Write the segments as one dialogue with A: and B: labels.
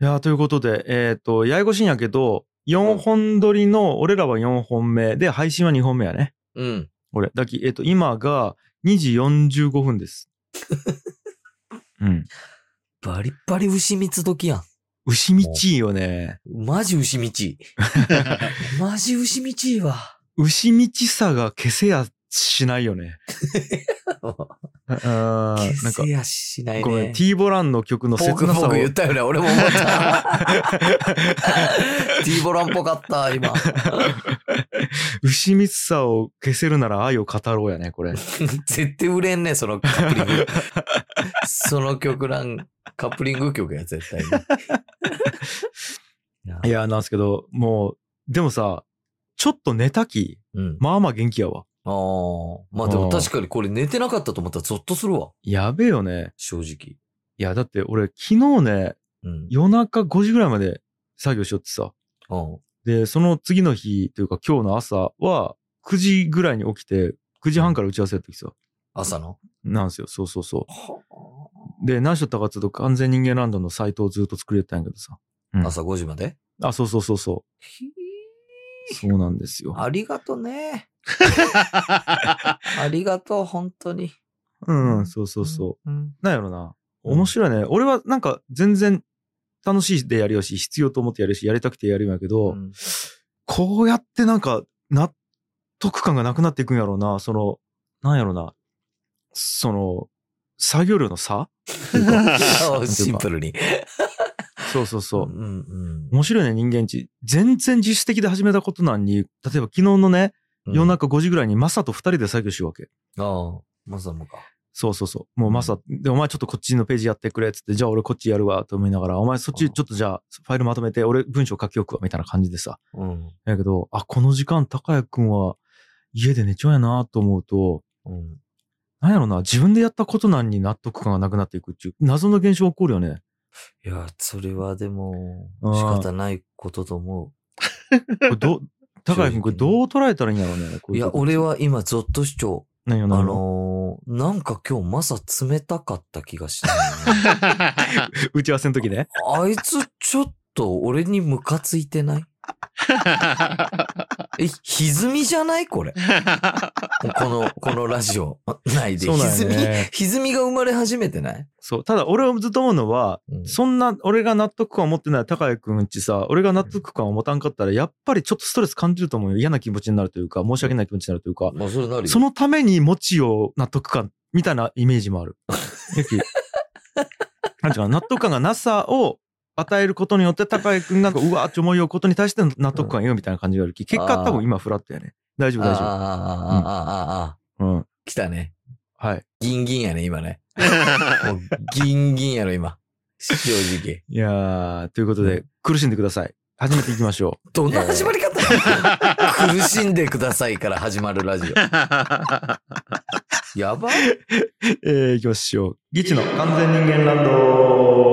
A: いやーということで、えっ、と、ややこしいんやけど、4本撮りの、俺らは4本目、で、配信は2本目やね。
B: うん。
A: 俺。だき、えっ、と、今が2時45分 です。うん。
B: バリッバリ牛蜜時やん。
A: 牛道いいよね。
B: マジ 牛蜜。マジ牛蜜は。
A: 牛道さが消せやしないよね。ああー、な
B: 消
A: んか
B: せ、やしない
A: ごめん、
B: ね。
A: ティーボランの曲の
B: ポーク
A: 切な
B: のポ
A: さ
B: ー
A: を。
B: ク言ったよね。俺も 思った。ティーボランっぽかっ た、今。
A: 牛道さを消せるなら愛を語ろうやね、これ。
B: 絶対売れんね、そのカップリング。その曲なん、カップリング曲や、絶対に。いや
A: いや、なんすけど、もう、でもさ、ちょっと寝たき、
B: うん。
A: まあまあ元気やわ。
B: ああ。まあでも確かにこれ寝てなかったと思ったらゾッとするわ。
A: やべえよね。
B: 正直。
A: いや、だって俺、昨日ね、
B: うん。
A: 夜中5時ぐらいまで作業しよってさ。
B: うん。
A: で、その次の日というか今日の朝は、9時ぐらいに起きて、9時半から打ち合わせやってきさ。
B: 朝の。
A: なんすよ、そうそうそう。で、何しとったかっていうと、完全人間ランドのサイトをずっと作れてたんやけどさ。うん
B: 朝5時まで。
A: あ、そうそうそうそう。そうなんですよ。
B: ありが とね。ありがとう、本当に。。
A: うん、そうそうそう
B: うん。
A: う。なんやろな。
B: うん
A: 面白いね。俺はなんか全然楽しいでやるよし、必要と思ってやるし、やりたくてやるんやけど、
B: うん
A: こうやってなんか納得感がなくなっていくんやろうな。その、なんやろうな。その、作業量の差
B: シンプルに。
A: そうそうそう。
B: うんうん。
A: 面白いね、人間値。全然自主的で始めたことなのに、例えば昨日のね、夜中5時ぐらいにマサと2人で作業しようわけ。
B: ああ、まさもか。
A: そうそうそう。もうマサ、で、お前ちょっとこっちのページやってくれっつって、じゃあ俺こっちやるわと思いながら、お前そっ
B: う
A: ち
B: ん
A: ちょっとじゃあファイルまとめて、俺文章書き置くわみたいな感じでさ。
B: うん。
A: やけど、あ、この時間高谷くんは家で寝ちゃうやなと思うと、
B: うん。
A: なんやろな、自分でやったことなんに納得感がなくなっていくっていう、謎の現象起こるよね。
B: いや、それはでも、
A: うん
B: 仕方ないことと思
A: これ どう高谷くんこれどう捉えたらいいんやろうね。こ
B: う。
A: う
B: いうや、
A: とこ、
B: 俺は今、ゾッと主張。
A: 何よ
B: あ
A: 何よ。
B: のー、なんか今日、マサ冷たかった気がしたんだよね。
A: 打ち合わせの時ね。
B: あいつ、ちょっと、俺にムカつい てないえ、歪みじゃないこれ。この、このラジオ。ないで。
A: そうなんよ
B: 歪み、
A: ね
B: 歪みが生まれ始めてない、
A: そう。ただ俺はずっと思うのは、
B: うん
A: そんな、俺が納得感を持ってない高谷くんちさ、俺が納得感を持たんかったら、やっぱりちょっとストレス感じると思うよ。嫌な気持ちになるというか、申し訳ない気持ちになるというか、
B: まあ、それなるよ
A: そのために持ちを納得感、みたいなイメージもあ る。やきなんちゅうかな、納得感がなさを与えることによって、高谷くんがこううわーって思いようことに対しての納得感よ、みたいな感じがあるき。結果
B: あー
A: 多分今フラットやね。大丈夫、
B: ああ、あ
A: 大
B: あ
A: 丈、
B: ああ、ああ、
A: 夫。うん。
B: 来たね。
A: はい。
B: ギンギンやね、今 ね。もうギンギンやろ、今。正直。
A: いやー、ということ
B: う
A: で、苦しんでください。始めていきましょう。
B: どんな始まり方、 苦しんでくださいから始まるラジ オ。やば
A: えー、いきましょう。ギチの完全人間ランド。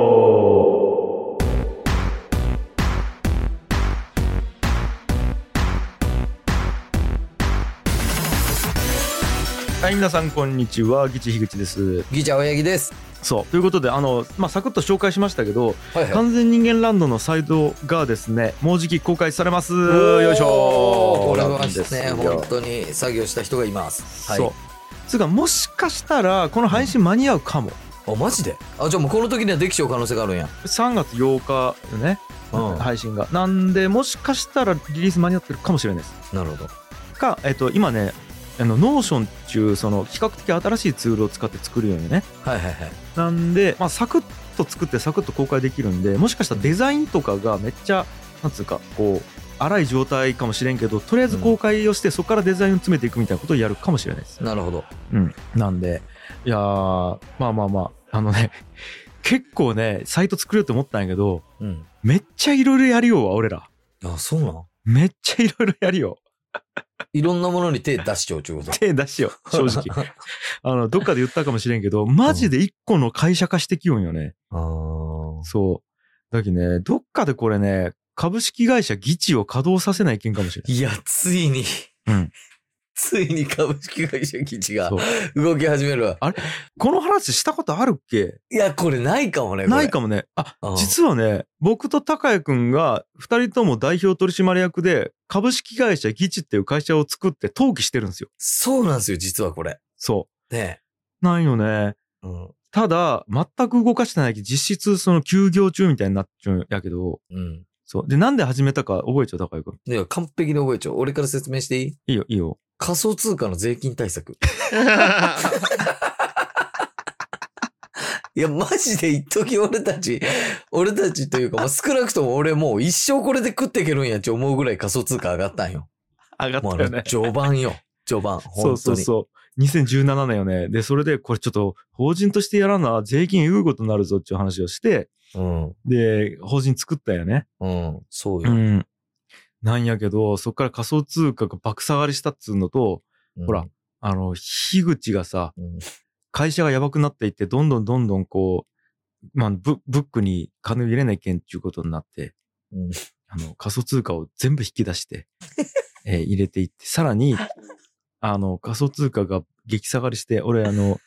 A: はい、皆さん、こんにちは。ギチ樋口です。
B: ギチャ親木です。
A: そう。ということで、あの、まあ、サクッと紹介しましたけど、
B: はいはい。
A: 完全人間ランドのサイトがですね、もうじき公開されます。よいしょ
B: これはですね、
A: なんですよ
B: 本当に作業した人がいます。はい
A: そう。。つうか、もしかしたら、この配信間に合うかも。
B: あ、マジであ、じゃあもうこの時にはできちゃう可能性があるんや。
A: 3月8日のね、
B: うん
A: 配信が。なんで、もしかしたらリリース間に合ってるかもしれないです。
B: なるほど。
A: か、えっと、今ね、あの、ノーションっていう、その、比較的新しいツールを使って作るようにね。
B: はいはいはい。
A: なんで、まあ、サクッと作って、サクッと公開できるんで、もしかしたらデザインとかがめっちゃ、なんつうか、こう、荒い状態かもしれんけど、とりあえず公開をして、そこからデザインを詰めていくみたいなことをやるかもしれないです。
B: なるほど。
A: うん。なんで、いやー、まあまあまあ、あのね、結構ね、サイト作れると思ったんやけど、
B: うん。
A: めっちゃいろいろやりようわ、俺ら。
B: あ、そうなん
A: めっちゃいろいろやりよう。
B: いろんなものに手出しちゃうちゅうこと。
A: 手出しよ う、正 直。あの、どっかで言ったかもしれんけど、マジで一個の会社化してきよんよね。
B: あ
A: そう。だきね、どっかでこれね、株式会社議事を稼働させない件かもしれ
B: いや、ついに、
A: うん
B: ついに株式会社基地が
A: そう
B: 動き始めるわ。
A: この話したことあるっけ
B: いや、これないかもね。これ
A: ないかもね。あ、
B: うん
A: 実はね、僕と高谷くんが二人とも代表取締役で株式会社ギチっていう会社を作って登記してるんですよ。
B: そうなんですよ、実はこれ。
A: そ
B: ね
A: う。ないよね。
B: え。うん。
A: ただ、全く動かしてないけど、実質その休業中みたいになっちゃうんやけど、
B: うん。
A: そう。で、なんで始めたか覚えちゃう、高谷くん。
B: いや、完璧に覚えちゃう。俺から説明していい
A: いいよ、いいよ。
B: 仮想通貨の税金対策。いや、マジで一時俺たち、俺たちというか、まあ、少なくとも俺もう一生これで食っていけるんやって思うぐらい仮想通貨上がったんよ。
A: 上が
B: もうあの、。序盤よ。序盤。本当
A: そ
B: に。
A: うそうそう。2017年よね。で、それで、これちょっと、法人としてやらな、税金えぐいことになるぞっていう話をして、
B: うん。
A: で、法人作ったよね。
B: うん。そう
A: う
B: よ。
A: ん。なんやけど、そっから仮想通貨が爆下がりしたっつうのと、
B: うん
A: ほら。あの、樋口がさ、
B: うん
A: 会社がやばくなっていって、どんどんどんどんこう、まあ、ブブックに金入れないけんっていうことになって、
B: うん
A: あの、仮想通貨を全部引き出して、えー入れていって、さらに、あの、仮想通貨が激下がりして、俺、あの、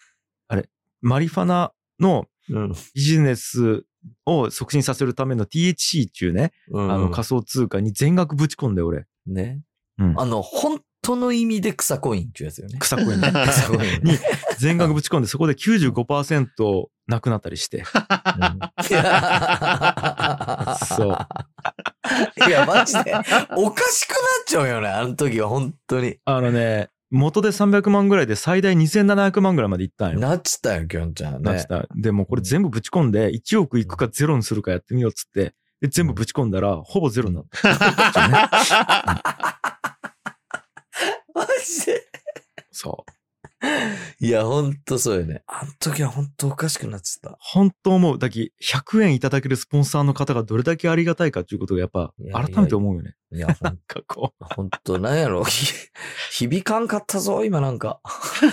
A: あれ、マリファナの
B: うん。
A: ビジネスを促進させるための THC っていうね、
B: うん。
A: あの仮想通貨に全額ぶち込んで、俺。
B: ね。
A: うん
B: あの、本当の意味で草コインっていうや つよね。
A: 草コインね
B: 草コイン。
A: に全額ぶち込んで、そこで95%なくなったりして。
B: そう。 いや、マジで、おかしくなっちゃうよね、あの時は、本当に。
A: あのね、元で300万ぐらいで最大2700万ぐらいまでいったんよ。
B: なっちったよ、きょんちゃん
A: な
B: ね
A: っ。た。でもこれ全部ぶち込んで、1億いくかゼロにするかやってみようっつって、で全部ぶち込んだら、ほぼゼロになった。
B: マジで。
A: そう。
B: いや、ほんとそうよね。あの時は本当おかしくなっちゃった。
A: 本当思う。だけ100円いただけるスポンサーの方がどれだけありがたいかっていうことがやっぱ
B: いやいやいや
A: 改めて思うよね。
B: いや、ほん
A: なんか こ
B: ほんと、なんやろ。ひ響かんかったぞ、今なんか。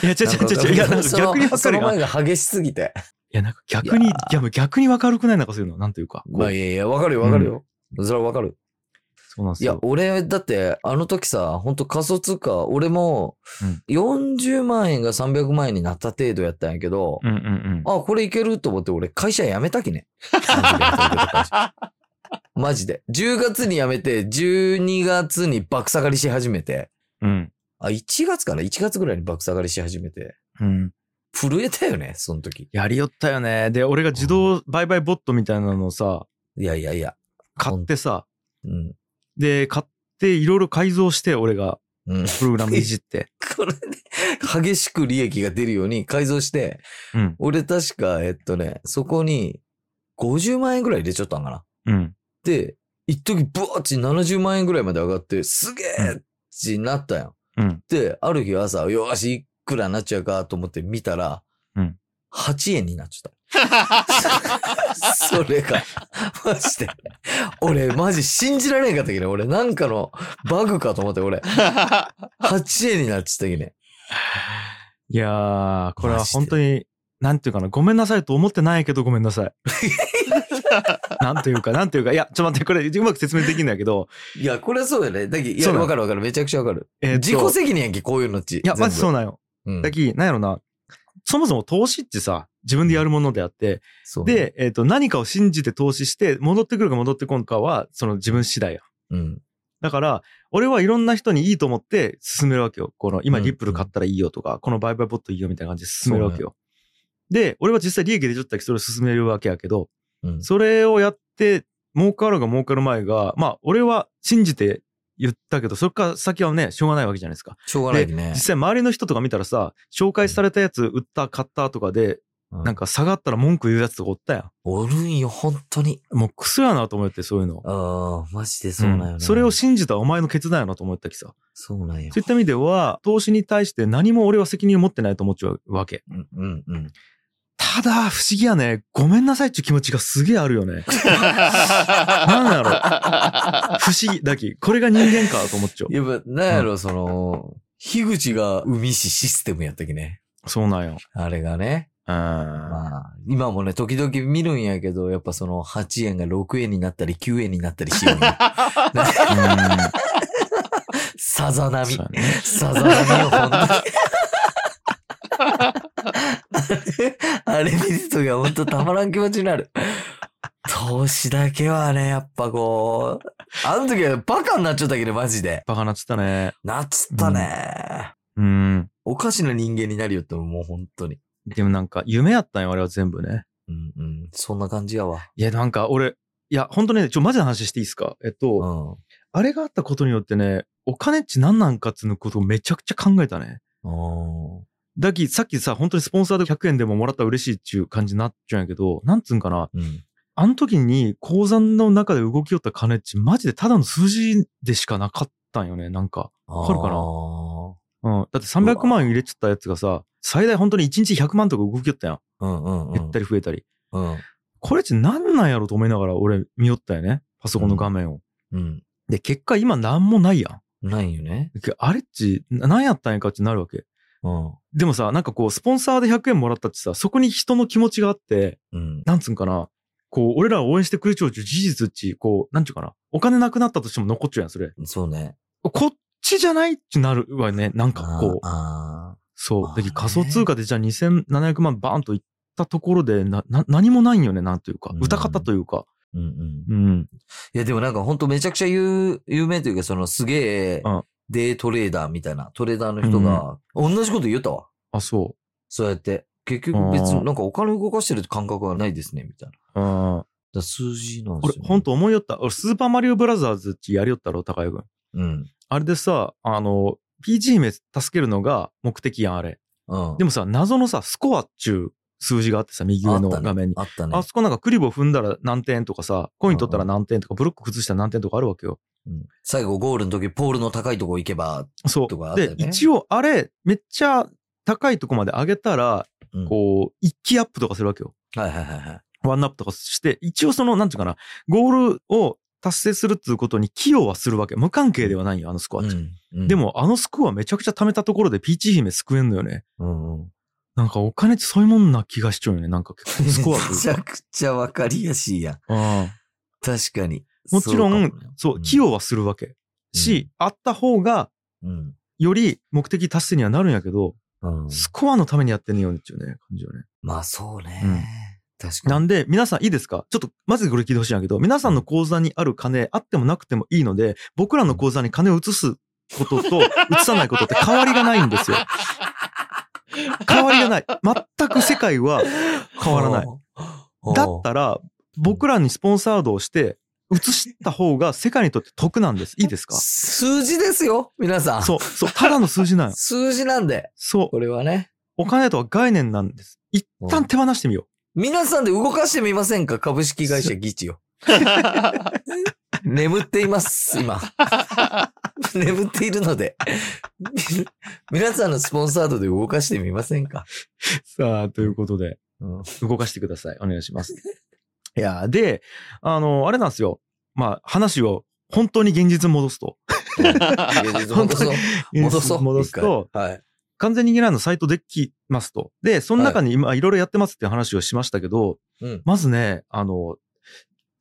A: う。いや、違う違う違う違う。いや、なんか
B: その
A: 逆にわ
B: そ
A: かる
B: の
A: よ。
B: 前が激しすぎて。
A: いや、なんか逆に、
B: い
A: い
B: や
A: や、もう逆にわかるくないなんかそういうの。なんというか。こう
B: まあ、いやいや、わかるよ、わかるよ。それはわかる。
A: そうなんです
B: いや
A: よ、。
B: 俺、だって、あの時さ、本当仮想通貨、俺も、40万円が300万円になった程度やったんやけど、
A: うんうんうん。
B: あ、これいけると思って、俺、会社辞めたきね。マジで。10月に辞めて、12月に爆下がりし始めて、
A: うん。
B: あ、1月から1月ぐらいに爆下がりし始めて、
A: うん。
B: 震えたよね、その時。
A: やりよったよね。で、俺が自動売買ボットみたいなのをさ、
B: いやいやいや。
A: 買ってさ、
B: うん。
A: で、買っていろいろ改造して、俺が
B: うん。
A: プログラムいじって。
B: これね、激しく利益が出るように改造して、
A: うん。
B: 俺確か、えっとね、そこに50万円ぐらい入れちゃったんかな。
A: うん。
B: で、一時ブワーッチ70万円ぐらいまで上がって、すげえってなったやん。
A: うん。
B: で、ある日朝、よーし、いくらなっちゃうかと思って見たら、
A: うん
B: 8円になっちゃった。それが、マジで。俺、マジ信じられんかったけど、俺、なんかのバグかと思って、俺、8円になっちゃったけどね。
A: いやー、これは本当に、なんていうかな、ごめんなさいと思ってないけど、ごめんなさ い。なんというか、なんというか、いや、ちょっと待って、これうまく説明できんだけど、
B: いや、これはそうよね。だけどい
A: そ
B: や、
A: うなの
B: わかるわかる。めちゃくちゃわかる。
A: えーっと
B: 自己責任やんけ、こういうのっち。い
A: いや、まずそう
B: う
A: なんよ。
B: ん。
A: だき、なんやろな、そもそも投資ってさ、自分でやるものであって、
B: そうね、
A: で、えっ、と、何かを信じて投資して、戻ってくるか戻ってこんかは、その自分次第や。
B: うん。
A: だから、俺はいろんな人にいいと思って進めるわけよ。この、今
B: うん
A: リップル買ったらいいよとか、この売買ボットいいよみたいな感じで進めるわけよ。で、俺は実際利益出ちゃったけど、それを進めるわけやけど、
B: うん。
A: それをやって、儲かるが儲かる前が、まあ、俺は信じて言ったけど、そっから先はね、しょうがないわけじゃないですか。
B: しょうがないね
A: 実。際周りの人とか見たらさ、紹介されたやつ売った、買ったとかで、
B: うん
A: なんか下がったら文句言うやつとかおったやん。
B: おるんよ、本当に。
A: もうクソやなと思って、そういうの。
B: ああ、マジでそうなんよね、
A: んそれを信じたお前の決断やなと思ったきさ。
B: そうなんよ
A: そうい。った意味では、投資に対して何も俺は責任を持ってないと思っちゃうわけ。
B: うん、うん、うん。
A: ただ、不思議やね。ごめんなさいっていう気持ちがすげえあるよ ね。 なんやろ。不思議。だき、これが人間かと思っちゃ
B: やっぱ、なんやろ、その、樋口が海市システムやったっけね。
A: う。そうなんよ。
B: あれがね。
A: うん。
B: まあ、今もね、時々見るんやけど、やっぱその、8円が6円になったり、9円になったりしようよ。
A: うん
B: さざ波
A: そう。やね
B: さざ波を本 当に。あれ見るときは本当たまらん気持ちになる。投資だけはね、やっぱこう、あの時はバカになっちゃったけど、マジで。
A: バカなっつったね。
B: なっつったね。
A: うん。
B: おかしな人間になるよって、もう本当に。
A: でもなんか夢やったんよ、あれは全部ね。
B: うんうん。そんな感じやわ。
A: いや、なんか俺、いや、本当ね、ちょ、マジの話していいですかえっと、
B: うん。
A: あれがあったことによってね、お金っち何なんかっつうのことをめちゃくちゃ考えたね。
B: お
A: だき、さっきさ、本当にスポンサーで100円でももらったら嬉しいっちゅう感じになっちゃうんやけど、なんつうんかな。
B: ーうん。
A: あの時に鉱山の中で動きよった金っち、マジでただの数字でしかなかったんよね、なんか。
B: わ
A: かるかなうん。だって300万入れちゃったやつがさ、最大本当に1日100万とか動きよったやん。
B: うんうんうん。
A: 減ったり増えたり。
B: うん。
A: これっち何なんやろと思いながら俺見よったよね。パソコンの画面を。
B: うん。
A: で、結果今何もないや
B: ないよね。
A: ん。あれっち、な何やったんやかってなるわけ。
B: うん。
A: でもさ、なんかこう、スポンサーで100円もらったってさ、そこに人の気持ちがあって、
B: うん。
A: なんつうんかな、こう、俺らを応援してくれちゃうちゅう事実っち、こう、なんちゅうかな、お金なくなったとしても残っちゃうやん、それ。
B: そうね。
A: こっちじゃないってなるわね、なんかこう。
B: あ
A: そう。
B: あー
A: で、仮想通貨でじゃあ2700万バーンといったところで、な、な、何もないんよね、なんというか
B: う。ん
A: 歌方というか。
B: あ。うんうん。
A: うん。
B: いや、でもなんかほんとめちゃくちゃ有有名というか、そのすげえ
A: うん、
B: デイトレーダーみたいな、トレーダーの人が、同じこと言ったわ。
A: あ、そ
B: そうやって。結局別
A: あ
B: に
A: ー
B: なんかお金動かしてる感覚はないですね、みたいな。だか
A: う。うん。
B: ら数字なんで
A: 俺
B: すよ、、ね。
A: ほんと思いよった。俺、スーパーマリオブラザーズっちやりよったろ、高井君。
B: うん。
A: あれでさ、あの、PG 名助けるのが目的やん、あれ。
B: うん。
A: で
B: も、
A: もさ、謎のさ、スコアっちゅう数字があってさ、右上の画面に。
B: あったね。
A: あそこなんかクリボー踏んだら何点とかさ、コイン取ったら何点とか、ブロック崩したら何点とかあるわけよ。
B: うん最後ゴールの時、ポールの高いとこ行けば、
A: そ
B: とかあ
A: う。
B: ったよ
A: で
B: ね、
A: 一応あれ、めっちゃ高いとこまで上げたら、
B: うん
A: こう、一気アップとかするわけよ。
B: はいはいはいはい。
A: ワンアップとかして、一応その、なんていうかな、ゴールを達成するっていうことに寄与はするわけ。無関係ではないよ、あのスコアって。
B: うんうん
A: で、も、あのスコアめちゃくちゃ貯めたところでピーチ姫救えんのよね。
B: うんうん、
A: なんかお金ってそういうもんな気がしちゃうよね。なんか結構スコアと
B: め
A: いう
B: ち
A: か
B: ゃくちゃわかりやすいやん。
A: うん
B: 確かに。
A: もちろん、そう,、
B: うん
A: 寄与はするわけ。し、あった方が、
B: うん。
A: より目的達成にはなるんやけど、
B: うん。
A: スコアのためにやってねえよねっていうね、感じよね。
B: まあそうね。確か
A: な
B: に。
A: んで、皆さんいいですかちょっと、まずこれ聞いてほしいんやけど、皆さんの口座にある金、あってもなくてもいいので、僕らの口座に金を移すこと と、移さないことって変わりがないんですよ。変わりがない。全く世界は変わらない。
B: い
A: だったら、僕らにスポンサードをして、移した方が世界にとって得なんです。いいですか
B: 数字ですよ、皆さん。
A: そう、そう、ただの数字なんよ。
B: 数字なんで、
A: そう
B: こ、れはね。
A: お金とは概念なんです。一旦手放してみよ
B: 皆さんで動かしてみませんか株式会社ギチを。眠っていま す、今。眠っているので。皆さんのスポンサードで動かしてみませんか、
A: う。 さあ、ということで、
B: うん、
A: 動かしてください。お願いします。 いや、で、あの、あれなんですよ。まあ、話を本当に現実に戻すと。
B: 戻そう。戻
A: 現実
B: そう。
A: に 戻すと
B: 一、回。はい。
A: 完全にゲラーのサイトできますと。で、その中に今いろいろやってますっていう話をしましたけど、
B: うん。
A: まずね、あの、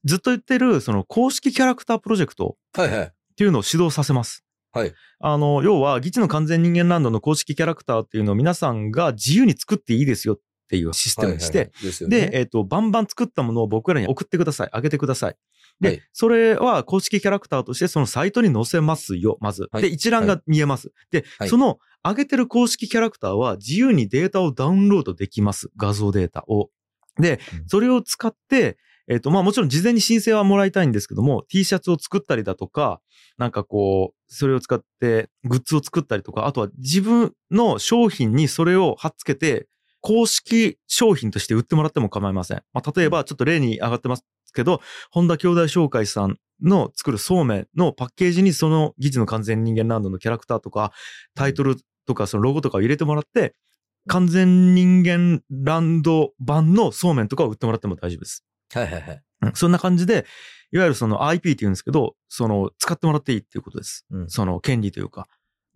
A: ずっと言ってる、その公式キャラクタープロジェクト
B: はいはい。
A: っていうのを指導させます。
B: はい。
A: あの、要は、ギチの完全人間ランドの公式キャラクターっていうのを皆さんが自由に作っていいですよっていうシステムにして、
B: はいはいはい、ですよね
A: で、えっ、と、バンバン作ったものを僕らに送ってください。あげてください。で、
B: はい
A: それは公式キャラクターとしてそのサイトに載せますよ、まず。
B: はい
A: で、一覧が見えます。で、
B: はい
A: その上げてる公式キャラクターは自由にデータをダウンロードできます。画像データを。で
B: うん、
A: それを使って、えっ、と、まあもちろん事前に申請はもらいたいんですけども、T シャツを作ったりだとか、なんかこう、それを使ってグッズを作ったりとか、あとは自分の商品にそれを貼っつけて、公式商品として売ってもらっても構いません。まあ、例えば、ちょっと例に上がってますけど、本田兄弟紹介さんの作るそうめんのパッケージにその技術の完全人間ランドのキャラクターとか、タイトルとか、そのロゴとかを入れてもらって、完全人間ランド版のそうめんとかを売ってもらっても大丈夫です。
B: はいはいはい。
A: うんそんな感じで、いわゆるその IP って言うんですけど、その使ってもらっていいっていうことです。
B: うん
A: その権利というか。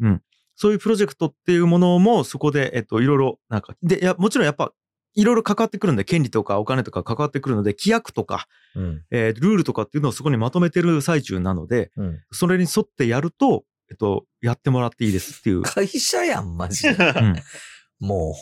A: うん。そういうプロジェクトっていうものもそこで、えっと、いろいろ、なんか、で、いや、もちろんやっぱ、いろいろ関わってくるんで、権利とかお金とか関わってくるので、規約とか、
B: うん。
A: えールールとかっていうのをそこにまとめてる最中なので、
B: うん。
A: それに沿ってやると、えっと、やってもらっていいです っていう。
B: 会社やん、マジで。
A: うん
B: も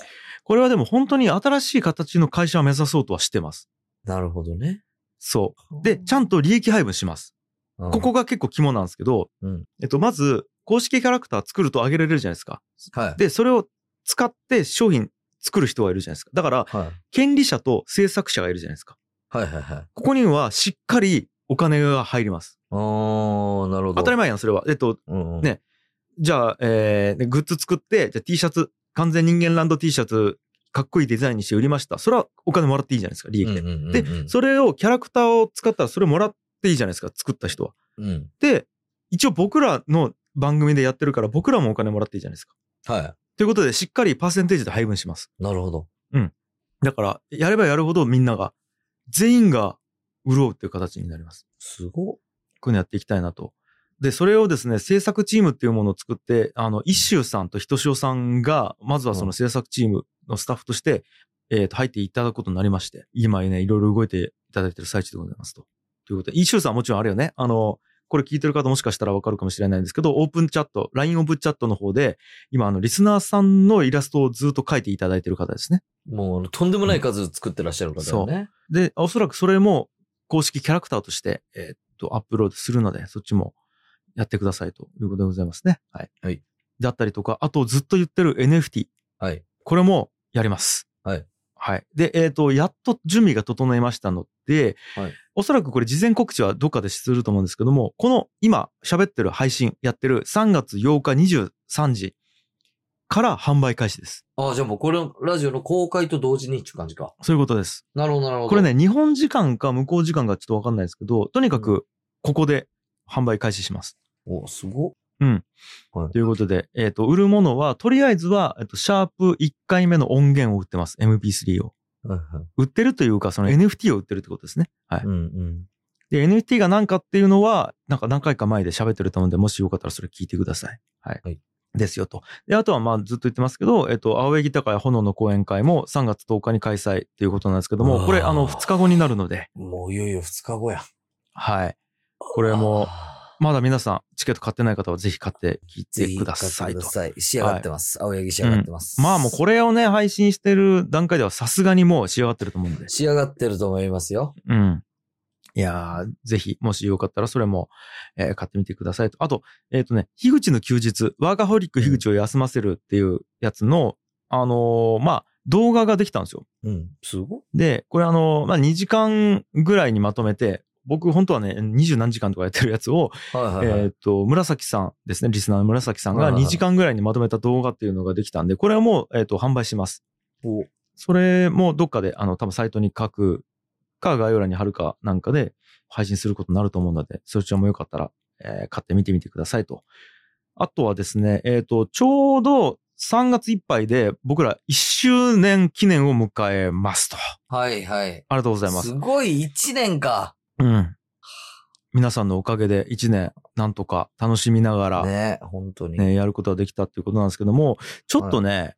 A: これはでも本当に新しい形の会社を目指そうとはしてます。
B: う。なるほどね。
A: そう。で、ちゃんと利益配分します。
B: うん、
A: ここが結構肝なんですけど、
B: うん
A: えっと、まず、公式キャラクター作ると上げられるじゃないですか。
B: はい。
A: で、それを使って商品作る人がいるじゃないですか。だから、
B: はい。
A: 権利者と制作者がいるじゃないですか。
B: はいはいはい。
A: ここにはしっかりお金が入ります。
B: あー、なるほど。
A: 当たり
B: 前。
A: 前やん、それは。えっと、
B: うんうん、
A: ねじゃあ、えーでグッズ作って、じゃあ T シャツ、完全人間ランド T シャツ、かっこいいデザインにして売りました。それはお金もらっていいじゃないですか、利
B: うん
A: 益
B: う
A: で。
B: んうんうん、
A: で、それをキャラクターを使ったらそれもらっていいじゃないですか、作った人は。
B: うん。
A: で、一応僕らの番組でやってるから僕らもお金もらっていいじゃないですか。
B: は
A: ということで、しっかりパーセンテージで配分します。
B: い。なるほど。
A: だから、やればやるほどみんなが、全員が潤うっていう形になります。
B: すごっ。
A: こういうのやっていきたいなと。で、それをですね、制作チームっていうものを作って、あの、一周さんとひとしおさんが、まずはその制作チームのスタッフとして、えっ、と、入っていただくことになりまして、今ね、いろいろ動いていただいてる最中でございますと。ということで、一周さんはもちろんあれよね、あの、これ聞いてる方もしかしたらわかるかもしれないんですけど、オープンチャット、LINE オープンチャットの方で、今、あの、リスナーさんのイラストをずっと描いていただいてる方ですね。
B: もうあの、とんでもない数作ってらっしゃる方よね。
A: で、おそらくそれも公式キャラクターとして、えーっと、アップロードするので、そっちもやってくださいということでございますね。はい。
B: はい。
A: だったりとか、あとずっと言ってる NFT。
B: はい。
A: これもやります。
B: はい。
A: はい。で、えーっと、やっと準備が整いましたので、
B: はい
A: おそらくこれ事前告知はどっかですると思うんですけども、この今喋ってる配信やってる3月8日23時から販売開始です。
B: ああ、じゃあもうこれ、ラジオの公開と同時にっていう感じか。
A: そういうことです。
B: なるほど、なるほど。
A: これね、日本時間か向こう時間かちょっとわかんないですけど、とにかくここで販売開始します。
B: お、すごっ。
A: ということで、えっ、と、売るものは、とりあえずは、えっ、と、シャープ1回目の音源を売ってます。MP3 を。
B: はいは
A: 売ってるというか、その NFT を売ってるってことですね。はい
B: い。うんうん。
A: で、NFT が何かっていうのは、なんか何回か前で喋ってると思うんで、もしよかったらそれ聞いてください。はい。
B: はい
A: ですよと。で、あとはまあずっと言ってますけど、えっと、青柳高い炎の講演会も3月10日に開催ということなんですけど
B: うわ
A: も、
B: ー
A: これあの2日後になるので、
B: もういよいよ2日後や。
A: はい。これも
B: あ
A: まだ皆さん、チケット買ってない方はぜひ買って聞い
B: ー、ぜ
A: て
B: ひ
A: く
B: 買
A: だ
B: っ
A: さ
B: て
A: い
B: くだ
A: と。
B: さい。仕上がってます。青柳仕上がってます。
A: まあもうこれをね、配信してる段階ではさすがにもう仕上がってると思うんで。
B: 仕上がってると思いますよ。
A: うん。いやー、ぜひ、もしよかったらそれも、えー買ってみてくださいと。あと、えっ、とね、樋口の休日、ワーカホリック樋口を休ませるっていうやつの、あのーまあ、動画ができたんですよ。
B: うん。すごっ。
A: で、これあのーまあ、2時間ぐらいにまとめて、僕本当はね、20何時間とかやってるやつを、
B: はいはいは
A: え
B: い。
A: ーっと、紫さんですね、リスナーの紫さんが
B: はいはい
A: 2時間ぐらいにまとめた動画っていうのができたんで、これはもう、えーっと、販売します。
B: お
A: それもどっかで、あの、多分サイトに書くか、概要欄に貼るかなんかで配信することになると思うので、そちらもよかったら、えー買ってみてみてくださいと。あとはですね、えーっと、ちょうど3月いっぱいで僕ら1周年記念を迎えますと。
B: はいは
A: あ
B: い。
A: りがとうございます
B: す。ごい1年か。
A: うん。皆さんのおかげで1年、なんとか楽しみながら、
B: ね、本当に。
A: ね、やることができたっていうことなんですけども、ちょっとね、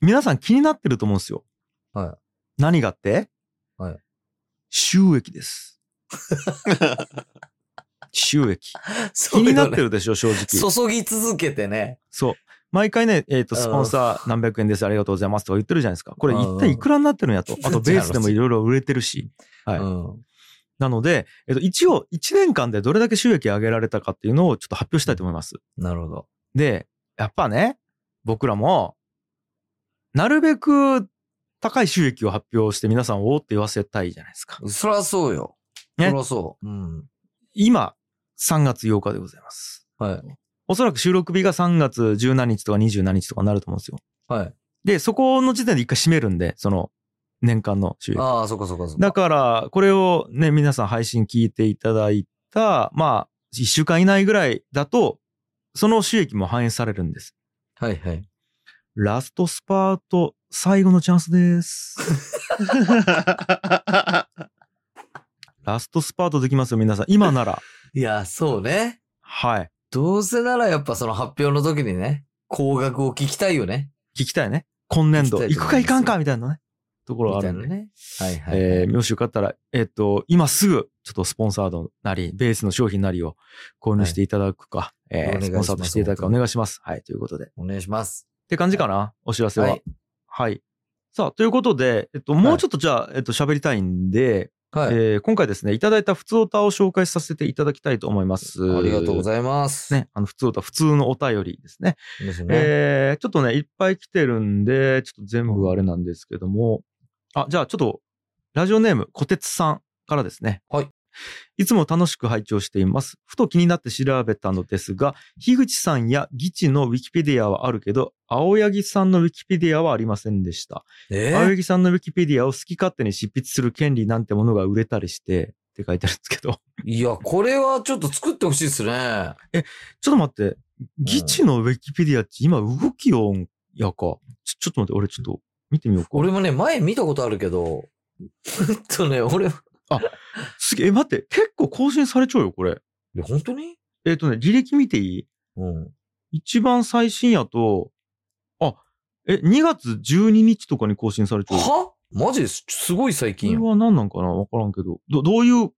A: 皆さん気になってると思うんですよ。
B: は
A: 何がって、
B: はい
A: 収益 です。収益。
B: 気
A: 気になってるでしょ、正直。
B: 注ぎ続けてね。
A: そう。毎回ね、えっ、と、
B: うん
A: スポンサー何百円です、ありがとうございますとか言ってるじゃないですか。これ
B: うん
A: 一体いくらになってるんやと。 あと、ベースでもいろいろ売れてるし。はい。
B: うん。
A: なので、えっ、と、一応、1年間でどれだけ収益上げられたかっていうのをちょっと発表したいと思います。
B: なるほど。
A: で、やっぱね、僕らも、なるべく高い収益を発表して皆さんをおーって言わせたいじゃないですか。
B: そらそうよ。
A: ね
B: そらそう。うん。
A: 今、3月8日でございます。
B: はい。
A: おそらく収録日が3月17日とか27日とかになると思うんですよ。
B: はい。
A: で、そこの時点で一回締めるんで、その年間の収益。
B: ああ、そっかそっかそっか。
A: だから、これをね、皆さん配信聞いていただいた、まあ、1週間以内ぐらいだと、その収益も反映されるんです。
B: はいはい。
A: ラストスパート、最後のチャンス です。ラストスパートできますよ、皆さん。今なら。
B: いや、そうね。
A: はい。
B: どうせならやっぱその発表の時にね、高額を聞きたいよね。
A: 聞きたいね。今年度、行
B: 聞きたい
A: く
B: と思います
A: か行かんか、みたいなね。とところはあ
B: みた
A: る
B: い
A: ん
B: な
A: で、
B: ね。はいはい。
A: えーもしよかったら、えっ、と、今すぐ、ちょっとスポンサードなり、ベースの商品なりを購入していただくか、
B: お
A: え
B: 願い
A: ー
B: します
A: スポンサードしていただくかお願いします。はい、ということで。っ
B: お願いします。
A: て感じかな、お知らせは。
B: は
A: はいい。さあ、ということで、えっと、もうちょっとじゃあ、えっと、喋りたいんで、
B: はい。
A: えー今回ですね、いただいた普通オタを紹介させていただきたいと思います。
B: ありがとうご
A: い
B: ざいます。。
A: ね、あの、普通オタ、普通のお便りですね。
B: ですね。
A: えーちょっとね、いっぱい来てるんで、ちょっと全部あれなんですけども、あ、じゃあちょっと、ラジオネーム、こてつさんからですね。
B: はい。
A: いつも楽しく拝聴しています。ふと気になって調べたのですが、樋口さんや義地のウィキペディアはあるけど、青柳さんのウィキペディアはありませんでした。
B: え
A: 青柳さんのウィキペディアを好き勝手に執筆する権利なんてものが売れたりして、って書いてあるんですけど。
B: いや、これはちょっと作ってほしいですね。
A: ちょっと待って、義地のウィキペディアって今動きよんやか。ちょ、ちょっと待って、俺ちょっと見てみようか。
B: 俺もね、前見たことあるけど、 ほんとね、俺、
A: すげえ、待って、結構更新されちゃうよ、これ。
B: いや本当に
A: えっ、とね、履歴見てい
B: うん。
A: い一番最新やと、あ、え、2月12日とかに更新されちゃうよ。
B: はマジです。すごい最
A: こ
B: 近
A: れ
B: やん。
A: は何なんかなわからんけど。ど、どういう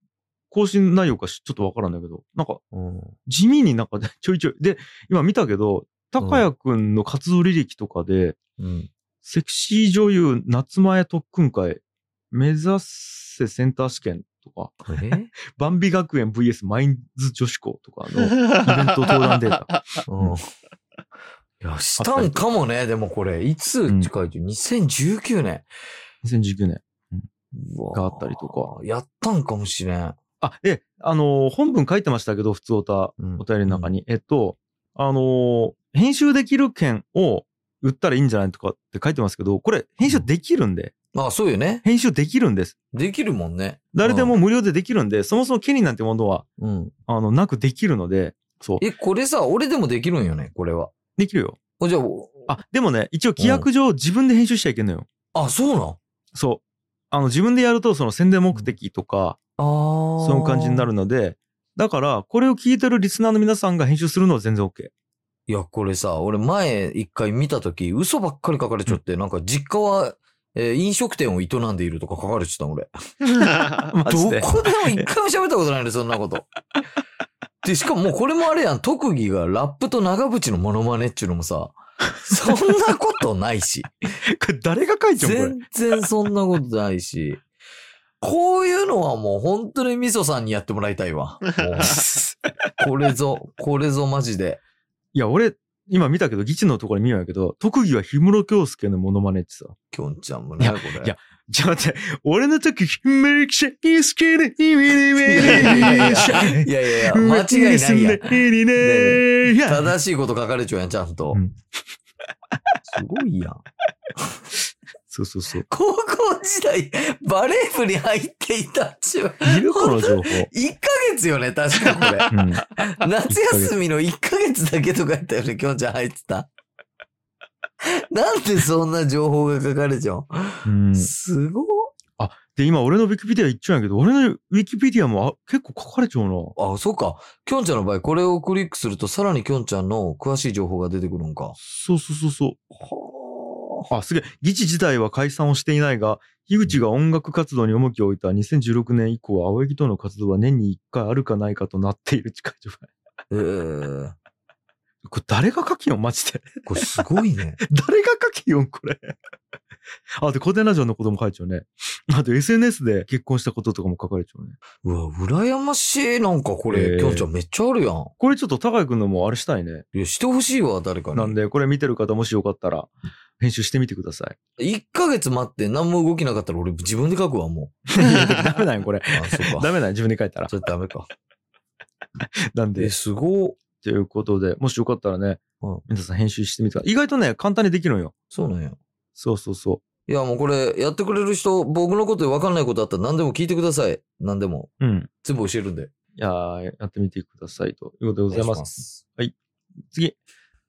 A: 更新内容かしちょっとわからんだけど。なんか、
B: うん。
A: 地味になんかちょいちょい。で、今見たけど、高谷くんの活動履歴とかで、
B: うん。
A: セクシー女優夏前特訓会、目指せセンター試験とか、
B: え
A: バンビ学園 VS マインズ女子校とかのイベント登壇デー タ。
B: うん。 いや、したんかもね、でもこれ。いつ
A: うん
B: 近いと、2019年。
A: 2019年。
B: うわー
A: があったりとか。
B: やったんかもしれん。
A: あ、え、あのー本文書いてましたけど、普通おた、
B: うん
A: お便りの中に。えっと、あのー編集できる件を売ったらいいんじゃないとかって書いてますけど、これ、編集できるんで、
B: まあ、そうよね。
A: 編集できるんです。
B: できるもんね。
A: 誰でも無料でできるんで、そもそも権利なんてものは、
B: うん。うん。
A: あの、なくできるので、そう。
B: え、これさ、俺でもできるんよね、これは。
A: できるよ。
B: あ、じゃ
A: あ、でもね、一応規約上自分で編集しちゃいけんのよ。
B: あ、あ、そうなん
A: そう。あの、自分でやると、その宣伝目的とか、
B: あー
A: その感じになる。ので、だから、これを聞いてるリスナーの皆さんが編集するのは全然 OK。
B: いや、これさ、俺前一回見たとき、嘘ばっかり書かれちゃって、なんか実家は、えー飲食店を営んでいるとか書かれちゃったの俺。
A: マ
B: ど
A: ジ
B: こ
A: で
B: で。も一回も喋ったことないの、そん なこと。で、しかももうこれもあれやん、特技がラップと長渕のモノマネっちゅうのもさ、そんなことな いし。
A: これ誰が書いちゃうのこ
B: 全然そんなことないし。こういうのはもう本当にみそさんにやってもらいたいわ。もう
A: れ。
B: これぞ、これぞマジで。
A: いや、俺、今見たけど、議事のところに見ようやけど、特技は氷室京介のモノマネってさ。
B: きょんちゃんもね、これ。
A: いやちょっと待って、俺の時、氷室京介の意味で
B: いやいやいやいやい や、間違いないやん。
A: や
B: 正しいこと書かれちゃうやん、ちゃんと
A: うん。
B: すごいやん。
A: そうそうそう。
B: 高校時代、バレー部に入っていたっちゅう。
A: いるこの情報。
B: 1ヶ月よね、確かこ れ。
A: うん。
B: 夏休みの1ヶ月だけとかやったよね、きょんちゃん入ってた。なんでそんな情報が書かれちゃう
A: うん
B: んすごっ
A: で、今俺のウィキペディア言っちゃうんやけど、俺のウィキペディアもあ結構書かれちゃうな。
B: あ、そうか。きょんちゃんの場合、これをクリックすると、さらにきょんちゃんの詳しい情報が出てくるんか。
A: そうそうそうそ
B: は
A: う。あ、すげえ。議事自体は解散をしていないが、樋口が音楽活動に重きを置いた2016年以降、青柳との活動は年に1回あるかないかとなっている近い状態。
B: えー、
A: これ誰が書きよんマジで。
B: これすごいね。
A: 誰が書きよんこれ。あ、で、コテナジョンのことも書いちゃうね。あと SNS で結婚したこととかも書かれちゃうね。
B: うわ、羨ましい。なんかこ
A: え
B: れ、
A: ー
B: きょんちゃんめっちゃあるやん。
A: これちょっと高井くんのもあれしたいね。
B: いや、してほしいわ、誰かに。
A: なんで、これ見てる方もしよかったら、編集してみてください。
B: 1ヶ月待って何も動きなかったら俺自分で書くわ、もう。
A: いや ダメなんよ、 これ。
B: あ、そう
A: ダ
B: か。
A: メなんよ自分で書いたら。
B: それダメか。
A: なんで
B: え、、すごっ。
A: ということで、もしよかったらね
B: うん、
A: 皆さん編集してみてください意外とね、簡単にできるんよ。
B: そうなんや。
A: そうそうそ
B: いや、もうこれ、やってくれる人、僕のことで分かんないことあったら何でも聞いてください。何でも。
A: う。うん。
B: 全部教えるんで。
A: いやーやってみてください。ということでございます。
B: す。
A: 次。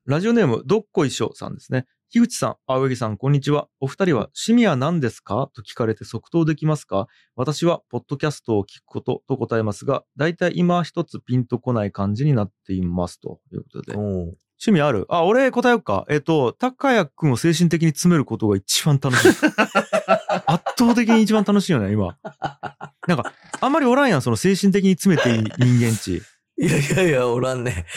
A: ラジオネーム、どっこいしょさんですね。樋口さん、青柳さん、こんにちは。お二人は趣味は何ですかと聞かれて即答できますか私は、ポッドキャストを聞くことと答えますが、だいたい今一つピンとこない感じになっています。ということで。
B: うん。
A: 趣味あるあ、 俺答えようか。えっ、と、高谷くんを精神的に詰めることが一番楽しい。圧圧倒的に一番楽しいよね、今。なんか、あんまりおらんやん、その精神的に詰めていい人間値。
B: いやいやいや、おらんね。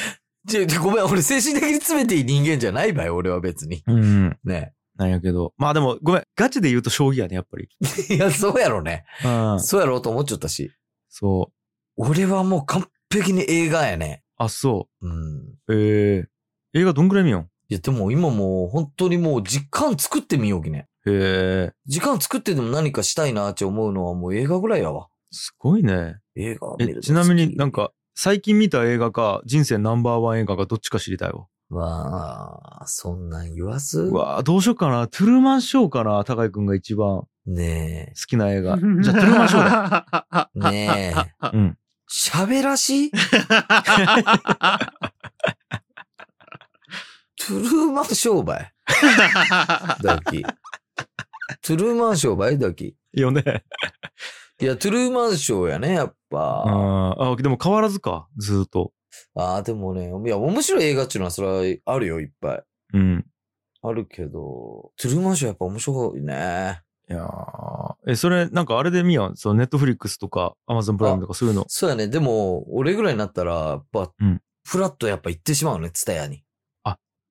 B: ちょ、ちょごめん、俺精神的に詰めていい人間じゃないばい、俺は別に。
A: うん。
B: ね。
A: なんやけど。まあでも、ごめん。ガチで言うと将棋やね、やっぱり。
B: いや、そうやろね。
A: うん。
B: そうやろうと思っちゃったし。
A: そう。
B: 俺はもう完璧に映画やね。
A: あ、そ
B: うん。
A: う。えー、映画どんぐらい見よん
B: いや、でも今もう本当にもう時間作ってみようきね。
A: へえ、
B: 時間作ってでも何かしたいなって思うのはもう映画ぐらいやわ。
A: すごいね。
B: 映画は見る
A: え、
B: の
A: ちなみ
B: 好
A: に
B: き
A: なん。か、最近見た映画か、人生ナンバーワン映画か、どっちか知りたいわ。
B: まあ、そんなん言わず
A: う。わーどうしようかな。トゥルーマンショーかな、高井くんが一番好
B: ね
A: きな映画。じゃあ、トゥルーマンショーだ。
B: え。ねえ。
A: うん。
B: 喋らしトゥルーマン商売。ダキ。トゥルーマン商売ダキ。
A: いい よね。
B: いや、トゥルーマンショーやね、やっ
A: あ
B: ぱ。
A: ーあ、でも変わらずか、ずーっと。
B: ああ、でもね、いや、面白い映画っていうのはそれはあるよ、いっぱい。
A: うん。
B: あるけど、トゥルーマンショーやっぱ面白いね。
A: いやーえ、それ、なんかあれで見やん。そのネットフリックスとか、アマゾンプライムとかそういうの。
B: そうやね、でも、俺ぐらいになったら、やっぱ、
A: うん
B: フラッとやっぱ行ってしまうね、ツタヤに。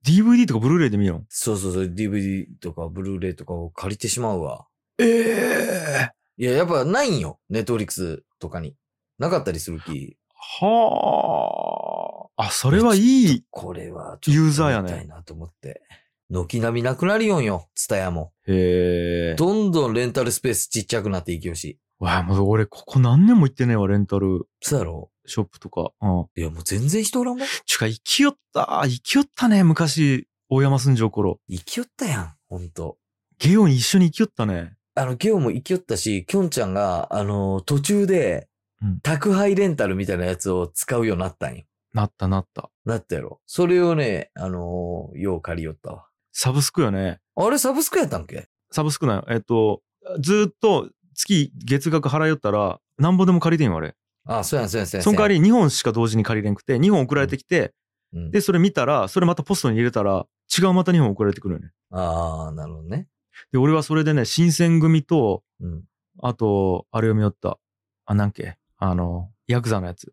A: DVD とかブルーレイで見よん。
B: そうそうそう、DVD とかブルーレイとかを借りてしまうわ。
A: ええ
B: いや、やっぱないんよ、ネットフリックスとかに。なかったりするき。
A: はあ。あ、それはいい。
B: これは、
A: ユーザーやね
B: 見たいなと思って。軒並みなくなるよんよ、ツタヤも。
A: へえ。
B: どんどんレンタルスペースちっちゃくなっていきよし。
A: わあ、もう俺、ここ何年も行ってねえわ、レンタル
B: そうやろ
A: ショップとか。うん。
B: いや、もう全然人おらんもん。
A: ちゅか、生きよった。生きよったね、昔、大山寸城頃。
B: 生きよったやん、ほんと。
A: ゲオン一緒に生きよったね。
B: あの、今日も生きよったし、きょんちゃんが、あのー途中で
A: うん、
B: 宅配レンタルみたいなやつを使うようになったんよ。
A: なったなった。
B: なったやろ。それをね、あのーよう借りよったわ。
A: サブスクよね。
B: あれ、サブスクやったんけ
A: サブスクなんよえっと、ずーっと月月額払いよったら、なんぼでも借りてんよ、あれ。
B: あそうやん、そうやん、そうやん。
A: その代わり2本しか同時に借りれんくて、2本送られてきて、
B: そうやん、うん
A: で、それ見たら、それまたポストに入れたら、違うまた2本送られてくるよね。
B: ああ、なるほどね。
A: で、俺はそれでね、新選組と、
B: うん。
A: あと、あれを見よった。あ、なんけあの、ヤクザのやつ。